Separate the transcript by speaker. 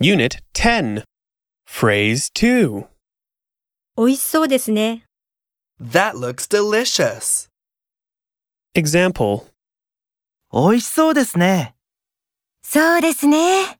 Speaker 1: Unit 10. Phrase 2.
Speaker 2: 美味しそうですね。
Speaker 3: That looks delicious.
Speaker 1: Example
Speaker 3: 美味しそうですね。
Speaker 2: そうですね。